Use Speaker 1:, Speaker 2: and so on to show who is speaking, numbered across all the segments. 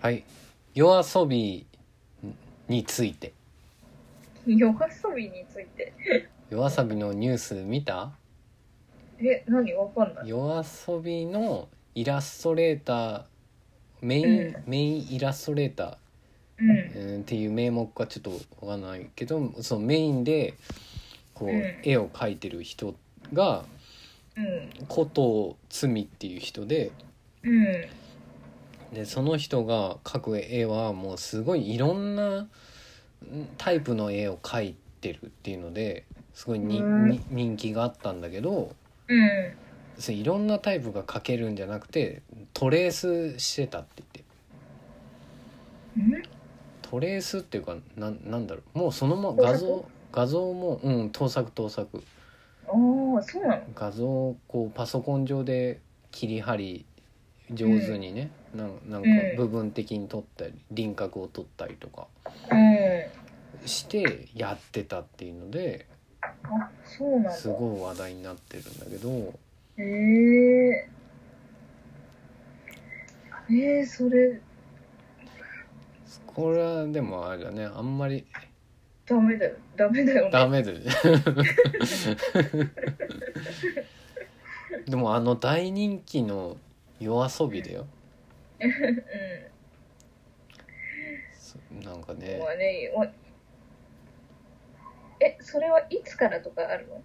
Speaker 1: はい夜遊びについて
Speaker 2: 夜遊びについて。
Speaker 1: 夜遊びのニュース見た
Speaker 2: え、何わかんない。
Speaker 1: 夜遊びのイラストレーターメイン、
Speaker 2: うん
Speaker 1: メインイラストレータ
Speaker 2: うん
Speaker 1: ー、。うんっていう名目かちょっとわかんないけどそのメインでこう、
Speaker 2: うん
Speaker 1: 絵を描いてる人が
Speaker 2: うん。
Speaker 1: 古藤罪っていう人で
Speaker 2: うん。
Speaker 1: でその人が描く絵はもうすごいいろんなうんタイプの絵を描いてるっていうのですごいに、
Speaker 2: うん
Speaker 1: に人気があったんだけど。
Speaker 2: うん。
Speaker 1: そういろんなタイプが描けるんじゃなくてトレースしてたって言って
Speaker 2: うん
Speaker 1: トレースっていうかなんなんだろうもうそのまま画
Speaker 2: 盗
Speaker 1: 像画像もうん盗作盗作
Speaker 2: ああ、そうなの
Speaker 1: 画像をこうパソコン上で切り張り上手にね、なんなんか
Speaker 2: うん
Speaker 1: 部分的に撮ったり輪郭を取ったりとか
Speaker 2: うん。
Speaker 1: してやってたっていうので
Speaker 2: あ、そうなんだ。
Speaker 1: すごい話題になってるんだけど
Speaker 2: ええー。えー、それ、
Speaker 1: これはでもあれだねあんまり
Speaker 2: ダメだよ。ダメだよね。
Speaker 1: ダメだよね でもあの大人気の夜遊びだよ
Speaker 2: う
Speaker 1: そなんか
Speaker 2: ん。
Speaker 1: ね
Speaker 2: まあね、おえ、それはいつからとかあるの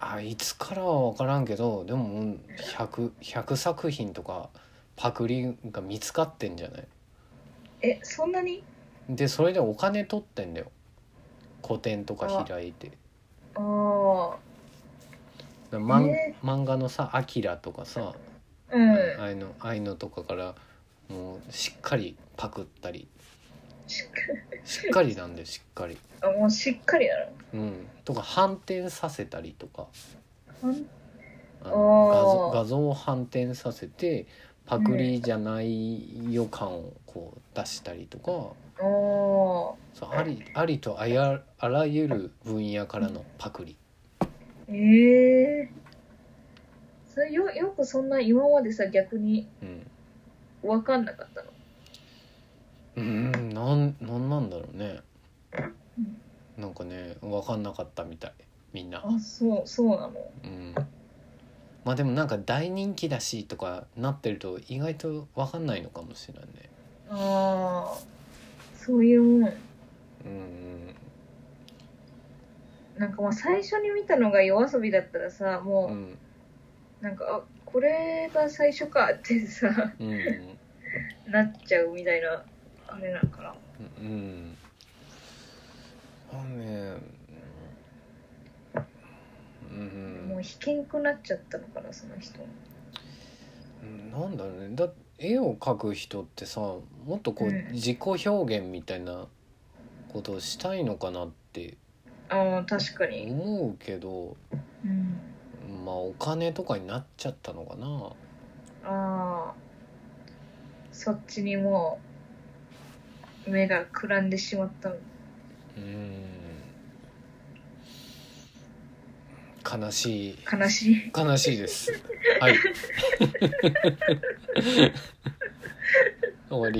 Speaker 1: あいつからは分からんけどでももう 100, 100作品とかパクリが見つかってんじゃない
Speaker 2: え、そんなに
Speaker 1: でそれでお金取ってんだよ個展とか開いて
Speaker 2: ああ。
Speaker 1: だ漫
Speaker 2: え
Speaker 1: 漫画のさ「アキラとかさ、
Speaker 2: うん。
Speaker 1: ああいうのああいうのとかからもうしっかりパクったり
Speaker 2: しっかり
Speaker 1: しっかりなんでしっかり。
Speaker 2: あ、もうしっかりなの。
Speaker 1: うん、とか反転させたりとか
Speaker 2: ほん
Speaker 1: あの画
Speaker 2: あ
Speaker 1: 像
Speaker 2: ー
Speaker 1: 画像を反転させてパクリじゃない予感をこう出したりとか、
Speaker 2: ああ。
Speaker 1: そうありありとあやあらゆる分野からのパクリ
Speaker 2: ええそれよよくそんな今までさ逆に
Speaker 1: うん、
Speaker 2: 分かんなかったの
Speaker 1: うん、なんなんなんだろうねなんかね分かんなかったみたいみんな、
Speaker 2: あそうそうなの
Speaker 1: うん、まあでもなんか大人気だしとかなってると意外と分かんないのかもしれないね
Speaker 2: ああそういうもん
Speaker 1: うん
Speaker 2: なんかまあ最初に見たのが夜遊びだったらさ
Speaker 1: うんう
Speaker 2: も
Speaker 1: ん
Speaker 2: うなんかあこれが最初かってさ
Speaker 1: うんうん
Speaker 2: なっちゃうみたいなあれなのかな
Speaker 1: うん。まあね。う。
Speaker 2: もうん引けんくなっちゃったのかなその人
Speaker 1: なんだろうね。だ絵を描く人ってさ、もっとこう
Speaker 2: うん
Speaker 1: 自己表現みたいなことをしたいのかなって
Speaker 2: ああ確かに
Speaker 1: 思うけど、
Speaker 2: うん
Speaker 1: まあお金とかになっちゃったのかな。
Speaker 2: ああそっちにもう目がくらんでしまったの
Speaker 1: うん。悲しい。
Speaker 2: 悲しい
Speaker 1: 悲しいです。はい。終わり。